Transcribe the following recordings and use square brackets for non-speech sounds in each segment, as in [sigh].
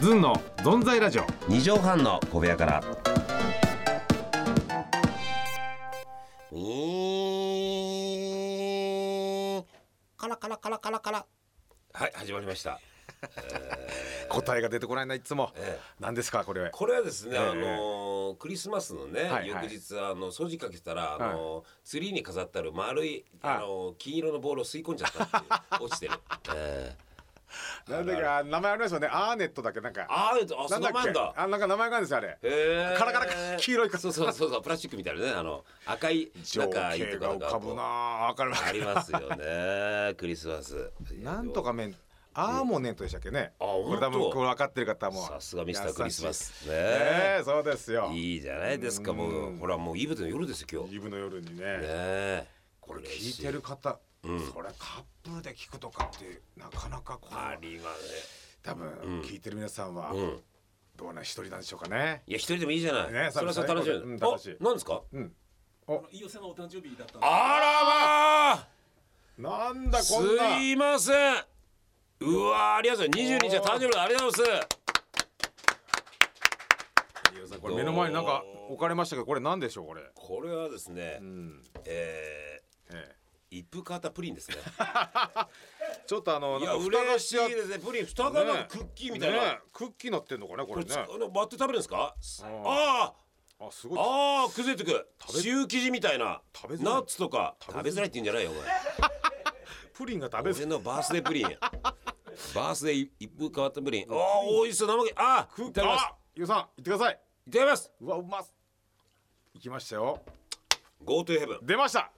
ずんのぞんざいラジオ二畳半の小部屋から。ウィーンカラカラカラカラカラはい、始まりました。答えが出てこないないつも、え何ですかこれこれはですえね、えあのークリスマスのね、はいはい翌日あの掃除かけてたら、あのーツリーに飾ってある丸い、はいあのー金色のボールを吸い込んじゃったって [laughs] いう落ちてる。ええなんだっけあ名前ありますよねアーネットだっけなんかあーあ、なそんの前だ。あなんか名前があるんですよあれええカラカラカ黄色いかそうそうそうそうプラスチックみたいなねあの赤い情なん景がかいいとこ浮かぶなあわかるわあかりるますよねクリスマスなんとか麺アーモネントでしたっけね、うんあこれ多分本当これ分かってる方もさすがミスタークリスマ優スねしいねえそうですよいいじゃないですかもううんほらもうイブの夜ですよ今日ねイブの夜にねえこれ聞いてる方、それカップルで聞くとかってなかなかこうありますね多分聞いてる皆さんは、うんどうなん一人なんでしょうかねいや一人でもいいじゃないねそれはそれそう楽でしいすねようんね楽しいおなんですかうん飯尾さんのお誕生日だったんであなんだらまこんなすいませんうわーありがとうございます22日は誕生日ありがとうございますこれ目の前になんか置かれましたけどこれなんでしょうこれこれはですねうん、えーえ一風変わったプリンですね。え、ちょっとあのいや、なんか蓋が嬉ししちゃっいですね。プリン、蓋がなんかクッキーみたいな。ねクッキーなってんのかねここれれ、ねつあの割って食べるんですか。んああすあ、ごいああ、崩れてく。シュー生地みたいな。食べづらいナッツとか。べづらい食べづらいって言うんじゃないよ、プリンがお食べ前。る俺のバースデー [laughs] プリン。バースデー一風変わったプリン。ああ、美味しそう、生毛。ああ、いただきます。あゆうさん行ってくださいいただきます。うわうまっ行きましたよ Go to heaven。出ました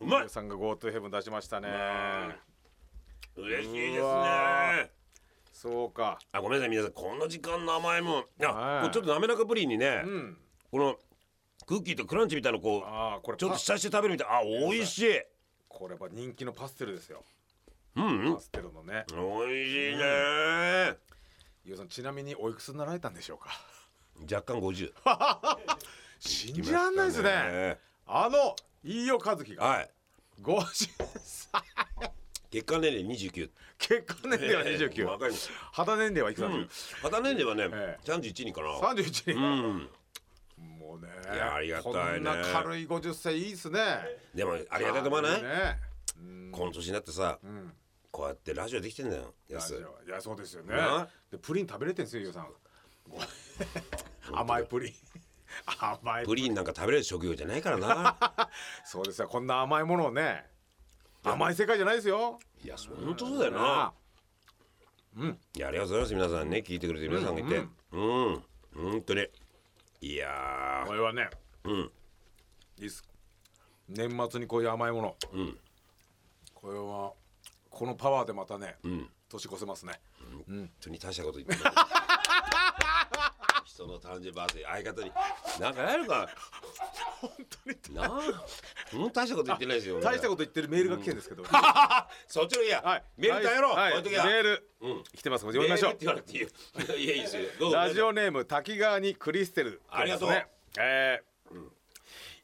うゆ。まいうさんが GoTo ヘブン出しましたね嬉しいですねう。わそうかあ、ごめんなさい、皆さん、この時間の甘いもん。はいあ、これちょっと滑らかプリンにねう。んこの。クッキーとクランチみたいな、こう。ああこれちょっとパ浸して食べるみたいあ美味しいこれは人気のパステルですようんうんパステルのね美味しいねゆうさんちなみにおいくつになられたんでしょうか若干50信じらんないですねあの飯尾和樹がはい50歳血管年齢29結婚年齢は29、若いです肌年齢はいくつうなんんです肌年齢はねえ31人かか、な31う人、んもうねいやありがたいねこんな軽い50歳いいっすねでもありがたいと思わないねこの年になってさうんこうやってラジオできてんだよやラジすオいやそうですよねなでプリン食べれてんすよゆうさんごめん甘いプリン甘いプリンなんか食べれる職業じゃないからなそうですよこんな甘いものをね甘い世界じゃないですよいや本当そうだよないやありがとうございます皆さんね聞いてくれてる皆さんがいてうん本当にいやこれはねーうんいいっす年末にこういう甘いものうんこれはこのパワーでまたねうん年越せますね本当に大したこと言って [laughs] ない人の誕生日バースデー相方になんかやるか本当になあもう大したこと言ってないですよ大したここと言ってるメールが来てるんです [laughs] けどとそっちのいいや、はいメールだよろ、はいこういう時はメールうん来てますので読みましょメールって言わなくていいよいやいいですよどううぞラジオネーム滝川にクリステルありがとうですねえー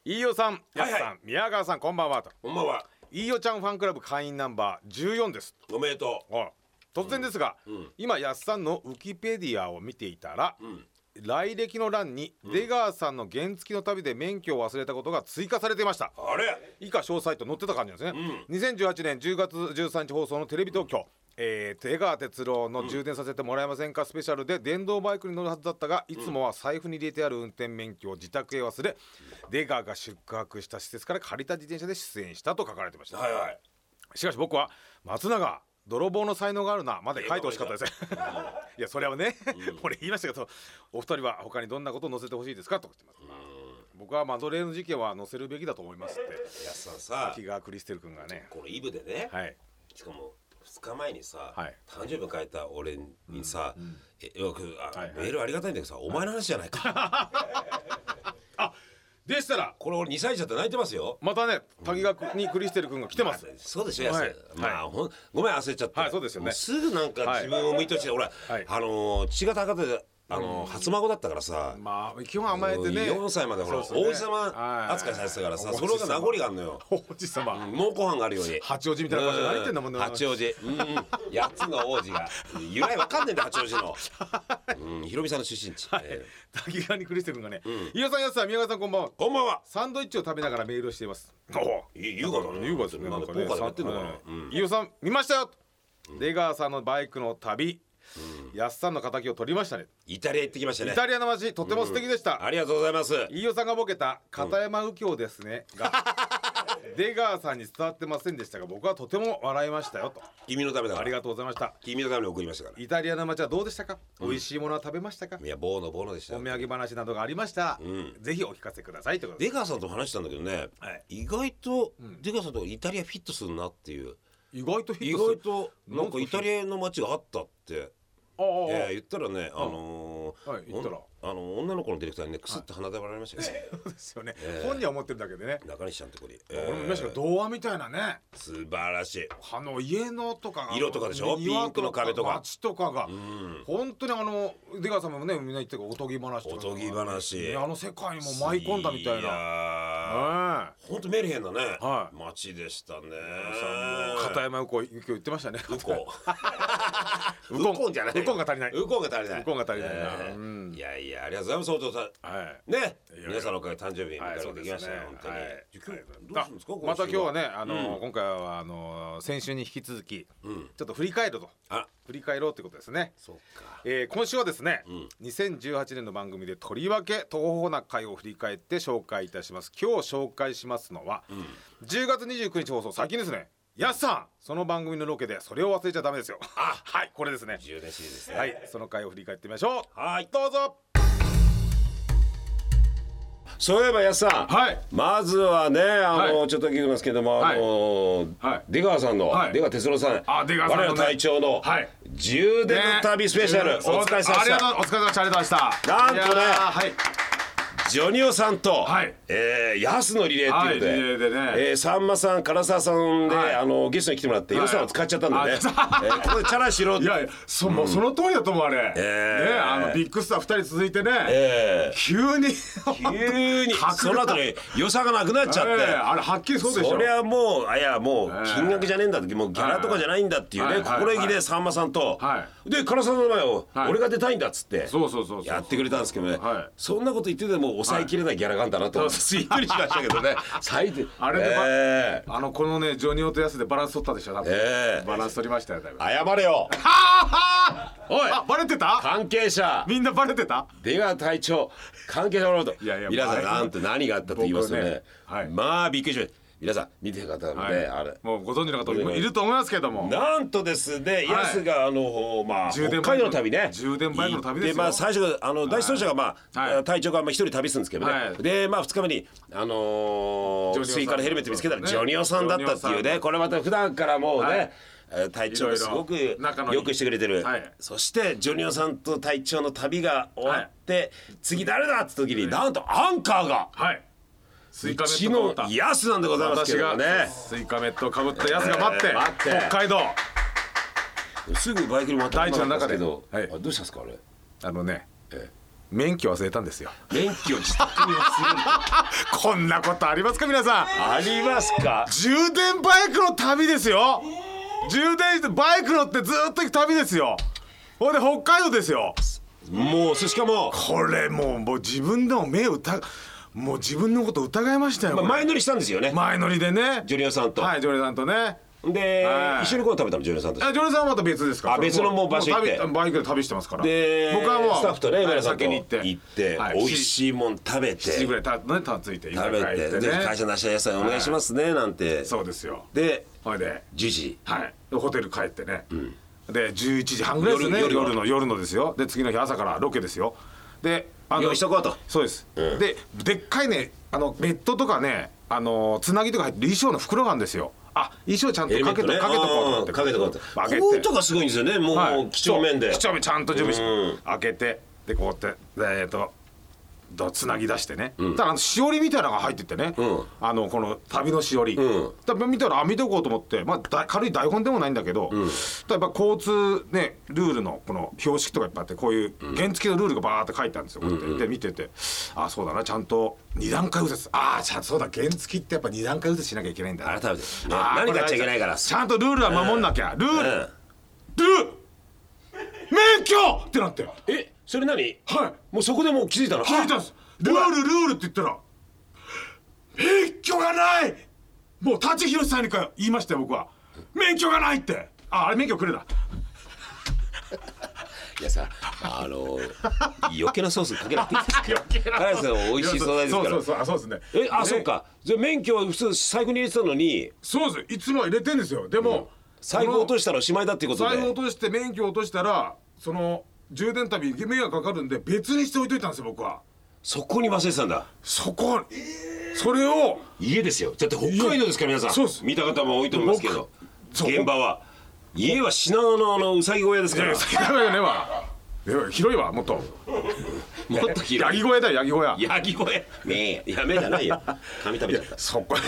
飯尾さん、やすはいさはん、宮川さん、こんばんはと。ほんまは飯尾ちゃんファンクラブ会員ナンバー14です。おめでとおい突然ですが、ん今やっさんのウィキペディアを見ていたら、ん来歴の欄に出川さんの原付の旅で免許を忘れたことが追加されていましたうあれ以下詳細と載ってた感じなんですね、2018年10月13日放送のテレビ東京、えー出川哲郎の充電させてもらえませんかスペシャルで電動バイクに乗るはずだったがいつもは財布に入れてある運転免許を自宅へ忘れ出川が宿泊した施設から借りた自転車で出演したと書かれてました、はいはいしかし僕は松永泥棒の才能があるなまで書いてほしかったです [laughs] いやそれはね、 [laughs] 俺言いましたけどお二人は他にどんなことを載せてほしいですかと言ってます、僕はマドレーヌ事件は載せるべきだと思いますって [laughs] やっさんさ滝川クリステル君がねこのイブでね、はいしかも2日前にさ、はい誕生日迎えた俺にさ、えよくあはいはいメールありがたいんだけどさ、お前の話じゃな [laughs] いかでしたらこれ俺2歳児だって泣いてますよまたね滝川にクリステル君が来てますそうでしょ、安いはいまあ、ほんごめん焦っちゃって、はいそうですよねもすぐなんかはい自分を向いてほしい、俺、はいあのー血が高くてあの、初孫だったからさ、まあ基本甘えてね4歳までほら、そう王です子よね様扱いされてたからさはいそれが名残があるのよ王子様うんもうご飯があるように八王子みたいな場所で何言ってんだもんねう八王子うんうん八つの王子が由来わかんねえんだ八王子のうんひろみさんの出身地えー滝川にクリステ君がね飯尾さんやすさん宮川さんこんばんはこんばんはサンドイッチを食べながらメールをしていますい優雅だね優雅ですね。なまあんかポねーカーでもやってんのかさなはい飯尾さん見ましたよ。出川さんのバイクの旅。やっさんの敵を取りましたね。イタリア行ってきましたねイタリアの街とても素敵でした。ありがとうございます飯尾さんがボケた片山右京ですねが出川さんに伝わってませんでしたが僕はとても笑いましたよと君のためだあかりらがとうございました君のために送りましたからイタリアの街はどうでしたか美味しいものは食べましたかいやボーノボーノでしたおよ土産話などがありましたんぜひお聞かせくださいということで出川さんとも話したんだけどねはい意外と出川さんとイタリアフィットするなっていう意外とヒ意ットする外となんかイタリアの街があったってああああえー言ったらねあのーはい言ったらおんあの女の子のディレクターにねくすっと鼻で笑いましたよねそうですよね、ええ本人は思ってるだけでね、中西ちゃんとこにえー [laughs] 俺も見ましたけど童話みたいなね素晴らしいあの家のとかが色とかでしょ庭ピンクの壁とか街とかが、ん本当にあの出川さんもねみんな言ってるけどおとぎ話とかおとぎ話ねあの世界にも舞い込んだみたいななは本当メルヘンなねはい街でしたねい片山右近右京言ってま [laughs] したねウコン右近ウコンじゃない右近が足りないウコンが足りない右近が足りないなえーうんいやいやありがとうございますお父さんはいねいや皆さんのおかげで誕生日はい、迎えるそこうとでですきまねしたよ本当にはいじゃあ今日どうするんですかあまた今日はねあの、うん今回はあの先週に引き続き、んちょっと振り返るとあ振り返ろうということですねそっかえー今週はですね、ん2018年の番組でとりわけ東方な会を振り返って紹介いたします今日紹介しますのは、10月29日放送最近ですねやっさんその番組のロケでそれを忘れちゃダメですよあ [laughs] はいこれですね10年シリーズですねはいその回を振り返ってみましょうはいどうぞそういえばやっさん、はいまずはねあの、はちょっと聞きますけども、あのはい出川さんの、はい出川哲郎さんあ出川さんのね我ら隊長の、はい充電の旅スペシャル、ねお疲れ様であしりがとうたお疲れ様でしたありがとうございましたなんとねいやーはいジョニオさんと、はいえー、ヤスのリレーっていうので,、はいリレーでねえーさんまさん唐沢さんで、はいあのゲストに来てもらって、はいヨシさんを使っちゃったんだよね、あえーここでチャラしろっていやいやそ,、もうその通りだと思うあれ、えーねあのビッグスター2人続いてね、え急にー急 [laughs] にその後に予算がなくなっちゃって、ええあれはっきりそうでしょそりゃもうあいやもうえ金額じゃねえんだってもうギャラとかじゃないんだっていうはいねはい心意気でさんまさんと、はで唐沢さんの前を、はい俺が出たいんだっつってそうそうそうそうやってくれたんですけどね、はいそんなこと言ってても抑えきれないギャラがあんだなと思って、びっくりしましたけどね最低 [laughs] あれでばえあのこのねジョニオとヤスでバランス取ったでしょ多分、ええバランス取りましたよだいぶー謝れよおいあバレてた関係者みんなバレてた出川隊長関係者のこといやいや皆さあんれなんて何があったって言いますよね僕ねはいまあびっくりしました皆さん見てる方もね、はいあれもうご存知の方もいると思いますけどもなんとですね、ヤスがあのまあ充北電バ海イク道の旅ね、充電バイクの旅ですよでまあ最初あの第一走者がまはあい隊長がまあ一人旅するんですけどはね、いでまあ二日目にあのジョニオーさんスイカのヘルメット見つけたらねジョニオさんだったっていうジョニオさね、んこれまた普段からもうはねい。えー隊長がすごくいろいろ仲のいいよくしてくれてるはいそしてジョニオさんと隊長の旅が終わって次誰だって時になんとアンカーがはいスイカうメちットのかぶったヤスなんでございま私すけどが、もねスイカメットかぶったヤスが待って,、ええ待って北海道すぐバイクにまた大地の中でけどあはいどうしたんですかあれあのねえ免許忘れたんですよ免許自宅に忘れる [laughs] こんなことありますか皆さんありますか充電バイクの旅ですよ充電してバイク乗ってずーっと行く旅ですよほんで北海道ですよもうしかも、これもうもう自分でも目を疑もう自分のこと疑いましたよ、まあ、これ前乗りしたんですよね前乗りでねジョニオさんと、はいジョレさんとねで、はい一緒にご飯食べたのジョニオさんとあジョレさんはまた別ですからあ別のもう場所行ってもう旅バイクで旅してますからで僕はもうスタッフとはねい皆さんと先に行行っ,、ってて美味しいもん食べて7時ぐ食らいたねたついて居酒べ屋行てってねで会社の足野菜お願いしますね、なんてそうですよでほいで10時はい、でホテル帰ってね、で11時半ぐらいですね夜夜夜はの夜のですよで次の日朝からロケですよであ用意しとこうとそうです、ででっかいねあのベッドとかねあのつなぎとか入ってる衣装の袋があるんですよあ衣装ちゃんとエレかメンけトと、ねかけとこうと思ってあーかけとこうと開けてこういうとこすごいんですよねもう、はいもう几帳面でそう几帳面ちゃんと準備して、うん開けてでこうやってでえっとだつなぎ出してね、ただあのしおりみたいなのが入っててね、うんあのこの旅のしおり、んだから見たらあ見ておこうと思って、まあ、だ軽い台本でもないんだけど、例えば交通、ね、ルールのこの標識とかいっぱいあってこういう原付のルールがバーって書いてあるんですよ、こうやってで見ててあそうだなちゃんと二段階右折ああちゃんそうだ原付ってやっぱ二段階右折しなきゃいけないんだな改めてねあー何これ買っちゃいけないからちゃんとルールは守んなきゃ、ルール、うんルール免許ってなってはいえそれ何もうそこでもう気づいたの気づいたんですルールルールって言ったら免許がないもう舘ひろしさんにか言いましたよ僕は免許がないってああれ免許くれだいやさあの余計なソースかけなくていいです余計な辛いですよ美味しい素材ですからそうそうそうあそうですねえあ、ねそっかじゃあ免許は普通財布に入れてたのにそうですいつもは入れてんですよでも、財布落とししたらおしまいだっていうこと財で布落として免許落としたらその充電旅迷惑かかるんで別にして置いといたんですよ僕はそこに忘れてたんだそこそれを家ですよだって北海道ですから皆さんそうです見た方も多いと思いますけどそう現場は家は品川のあのうさぎ小屋ですからやばいよねは広いわもっともっとヤ広ギい小屋だよヤギ小屋ヤギ小屋ねえやめじゃないよ髪食べちゃったそこ [laughs] に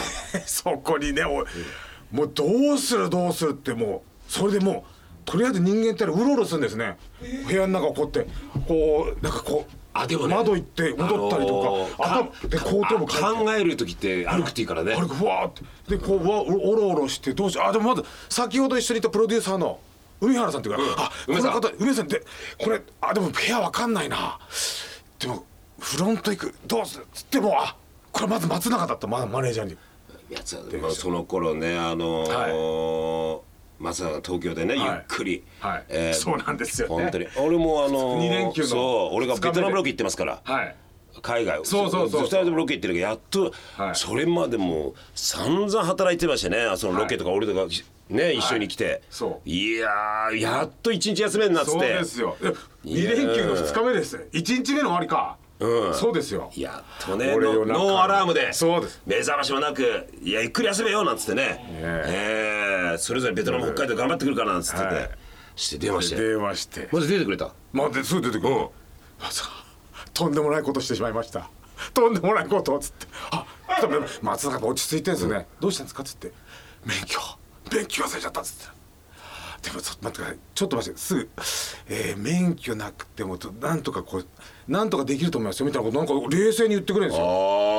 そこにねおいもうどうするどうするってもうそれでもうとりあえず人間ってのはうろうろするんですね部屋の中をこうやってこうなんかこうあでもね窓行って戻ったりとか、あの頭で後頭部かいて考える時って歩くっていいからねあれふわーってでこうわおろおろしてどうしあでもまず先ほど一緒にいたプロデューサーの海原さんっていうから、あこ梅さのん方梅さんでこれあでも部屋わかんないなでもフロント行くどうするつってもうあこれまず松永だったまマネージャーにやつは、まあ、その頃ねあのー松永東京でね、はいゆっくり、はいそうなんですよね本当に俺もあのー二連休のそう俺が二日目ベでトナムロケ行ってますから、はい海外をそうそうそう2人でもロケ行ってるけどやっと、はいそれまでもう散々働いてましてねそのロケとか俺とか、ね一緒に来て、そいやーやっと一日休めになってそうですよえ二連休の二日目です一日目の終わりか、うんそうですよやっとね俺ノ夜中ノーアラームでそうです目覚ましもなく「いやゆっくり休めよ」なんつってねええそれぞれベトナム北海道頑張ってくるからなんつってて、はいして電話して電話してまず出てくれたまあ、ですぐ出てくる、まさかとんでもないことしてしまいましたとんでもないことをつってあ多分松坂が落ち着いてんですよね、どうしたんですかっつって免許免許忘れちゃったっつってでもちょっと待ってくださいちょっと待ってすぐ、えー免許なくてもとなんとかこうなんとかできると思いますよみたいなことなんか冷静に言ってくれるんですよ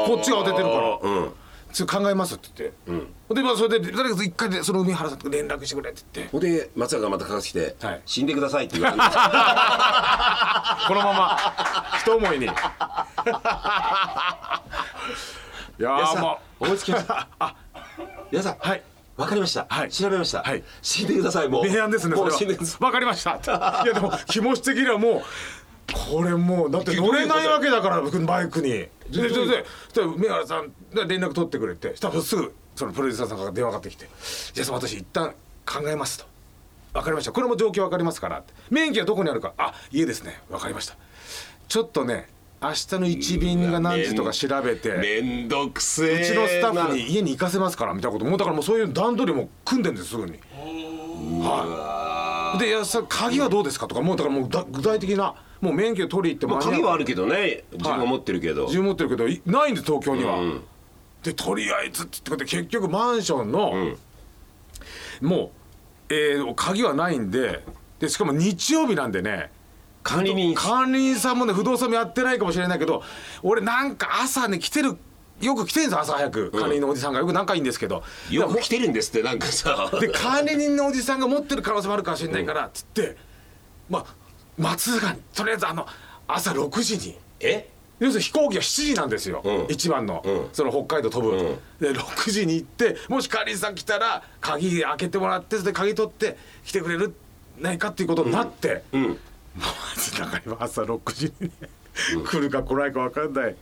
こっちが当ててるからうんちょっと考えますって言って、でまあそれで誰か一回でその海原さんと連絡してくれって言ってほんで松坂がまたかかってきて、はい死んでください」って言わ [laughs] れたんですよこのまま一思いにいや皆ーさんもう思いつき [laughs] ました皆さんはいわかりました、はい調べました、はい死んでくださいもう明暗ですねもそうれ死んでくださはわかりましたいやでも気持ち的にはもうこれもうだって乗れないわけだから僕のバイクにでそれでそしたら梅原さんが連絡取ってくれてそしたらすぐそのプロデューサーさんから電話かかってきて「じゃあ私一旦考えます」と「わかりましたこれも状況わかりますから」って「免許はどこにあるか」「あ家ですねわかりました」ちょっとね明日の一便が何時とか調べていめんどくせえうなちのスタッフに家に行かせますからみたいなこともうだからもうそういう段取りも組んでんですすぐに。はい、でいやさ鍵はどうですかとかもうだからもうだ具体的なもう免許取り行ってまあ間に合う鍵はあるけどね自分が持ってるけど、自分持ってるけどいないんで東京には。でとりあえずって言って結局マンションの、もう、えー鍵はないんででしかも日曜日なんでね管理人管理人さんもね不動産もやってないかもしれないけど俺なんか朝ね来てるよく来てるんですよ朝早く管理人のおじさんがよく仲いいんですけど、よく来てるんですってなんかさで管理人のおじさんが持ってる可能性もあるかもしれないからっつってまあ松坂にとりあえずあの朝6時にえ要するに飛行機が7時なんですよ、ん一番の、んその北海道飛ぶ、で6時に行ってもし管理人さん来たら鍵開けてもらってそれで鍵取って来てくれるないかっていうことになって、もう松坂には朝6時に、来るか来ないか分かんない、え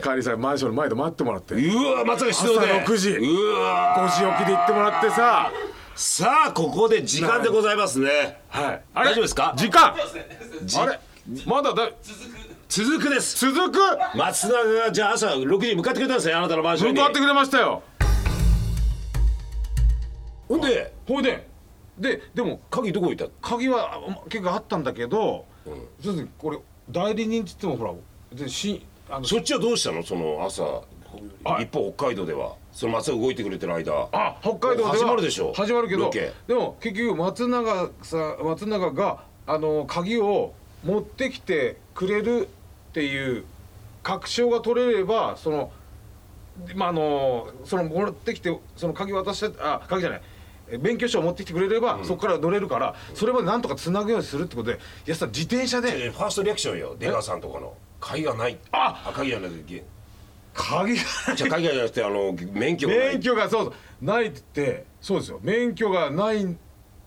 え管理人さんがマンションの前で待ってもらって、うわ松坂指導で朝6時うわ5時起きで行ってもらってささあここで時間でございますねはいあ大丈夫ですか時間じあれまだだ続くです続く松永がじゃあ朝6時に向かってくれたんですよあなたのマンション向にかってくれましたよほんでほいでででも鍵どこ置いた鍵はあ結構あったんだけど、そうですねこれ代理人っつってもほらでしあのそっちはどうしたのその朝一方北海道ではその松が動いてくれてる間あ北海道では始まるでしょ始まるけどロケでも結局松永さん松永があの鍵を持ってきてくれるっていう確証が取れればそのまああのその持ってきてその鍵渡してあ鍵じゃないえ免許証を持ってきてくれれば、そこから乗れるからそれまでなんとかつなぐようにするってことでいやさ自転車でえーファーストリアクションよ出川さんとかの鍵がないあ鍵がない時鍵がじゃあ鍵がなくてあの免許がない免許がそうそうないって言ってそうですよ免許がない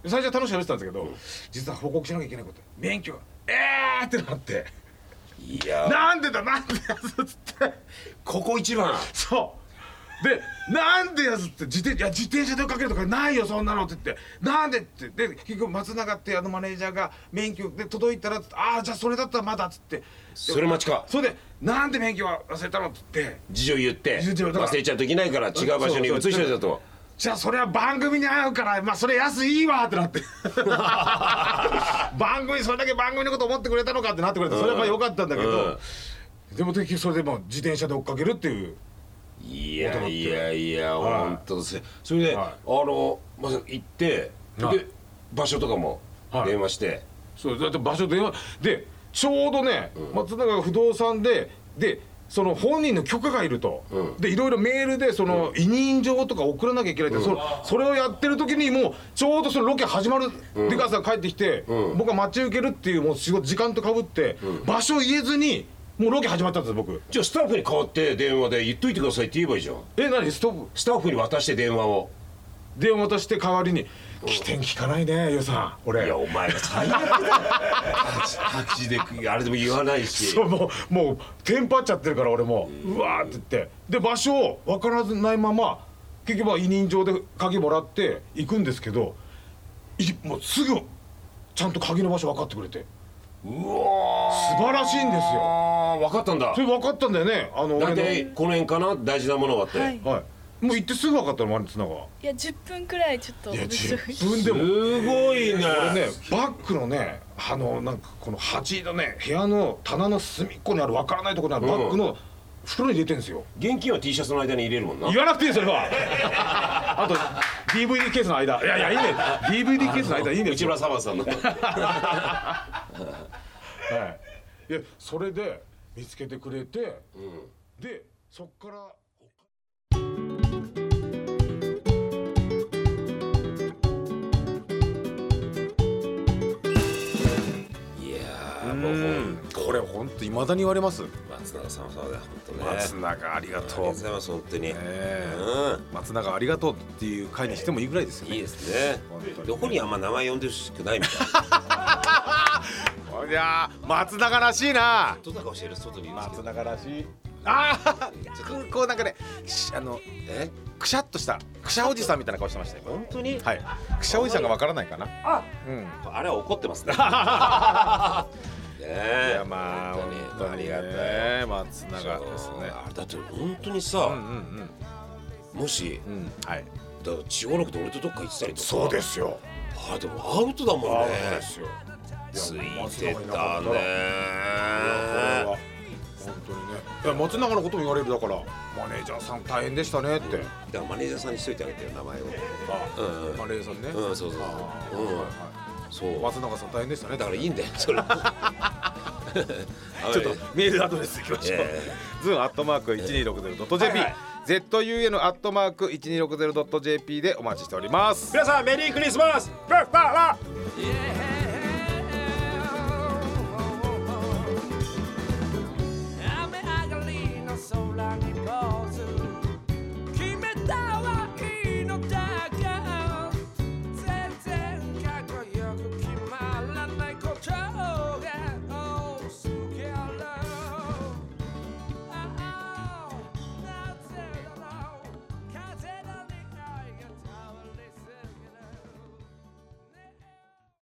最初は楽しく喋ってたんですけど、実は報告しなきゃいけないこと免許がえーってなっていやなんでだなんでやつってここ一番そうでなんでやつって自転いや自転車で追っかけるとかないよそんなのって言ってなんでってで結局松永ってあのマネージャーが免許で届いたらってああじゃあそれだったらまだっつってそれ待ちかそれでなんで免許は忘れたのって言って事情言って事情だから忘れちゃうといけないから違う場所に移しといたとじゃあそれは番組に合うからまあそれ安いいわってなって [laughs] 番組それだけ番組のこと思ってくれたのかってなってくれてそれはまあ良かったんだけど、でも結局それでもう自転車で追っかけるっていういやいやいやはい本当そそれで、はいあのまず行って、はいで場所とかもはい電話して、そうだって場所電話でちょうどね、松永が不動産ででその本人の許可がいると、でいろいろメールでその委任状とか送らなきゃいけないって、そそれをやってる時にもうちょうどそのロケ始まる、出川さんが帰ってきて、僕は待ち受けるっていうもう仕事時間とかぶって、場所言えずにもうロケ始まったんです僕じゃあスタッフに代わって電話で言っといてくださいって言えばいいじゃんえ何ストップスタッフに渡して電話を電話渡して代わりに起点聞かないねゆうさん俺いやお前が最悪だよタクシーであれでも言わないし [laughs] そうもうもうテンパっちゃってるから俺もうわーって言ってで場所を分からずないまま結局は委任状で鍵もらって行くんですけどいもうすぐちゃんと鍵の場所分かってくれてうわ素晴らしいんですよあ分かったんだそれ分かったんだよねあの俺大の、体この辺かな大事なものがあって、はい。いはい、もう行ってすぐ分かったのマリツナがや10分くらいちょっといや物色して自分ですもごいねこれねバッグのねあのなんかこの端のね部屋の棚の隅っこにある分からないところにあるバッグの袋に入れてんですよ、現金は T シャツの間に入れるもんな言わなくていいよそれは [laughs] あと DVD ケースの間いやいやいいね DVD ケースの間いいね内村サバンさんのはい、いやそれで見つけてくれて、でそっからいやーもう本これ本当いまだに言われます当松永さんはそうだよ本当ね松永ありがありがとうとございます本当に、え松永ありがとうっていう回にしてもいいぐらいですようんねいいですね本当にどこにあんま名前呼んでほしくないみたいないやー松永らしいなどんな顔してる外にいるんですけ松ど永らしいああこうなんかねしあのえくしゃっとしたくしゃおじさんみたいな顔してましたよ本当にはいくしゃおじさんがわからないかなあうんあれは怒ってま [laughs] すねねいえやまあ本当にあありりががたたいい松永ですそうねあれだって本当にさ、うんうんもしうんうんはいだから千代楽で俺とどっか行ってたりとかすよあでもアウトだもよんねついてたね本当にねいや松永のことも言われるだからマネージャーさん大変でしたねってだからマネージャーさんにしといてあげてよ名前をあうんうんマネージャーさんねうんそうそうそうあーうんはいはそうい松永さん大変でしたねだからいい [laughs] んだよそれちょちょっとメールアドレスいきましょう。ズンアットマーク一二六ゼロドット JP、ZUN アットマーク一二六ゼロドット JP でお待ちしております。皆さんメリークリスマスバッバッバッ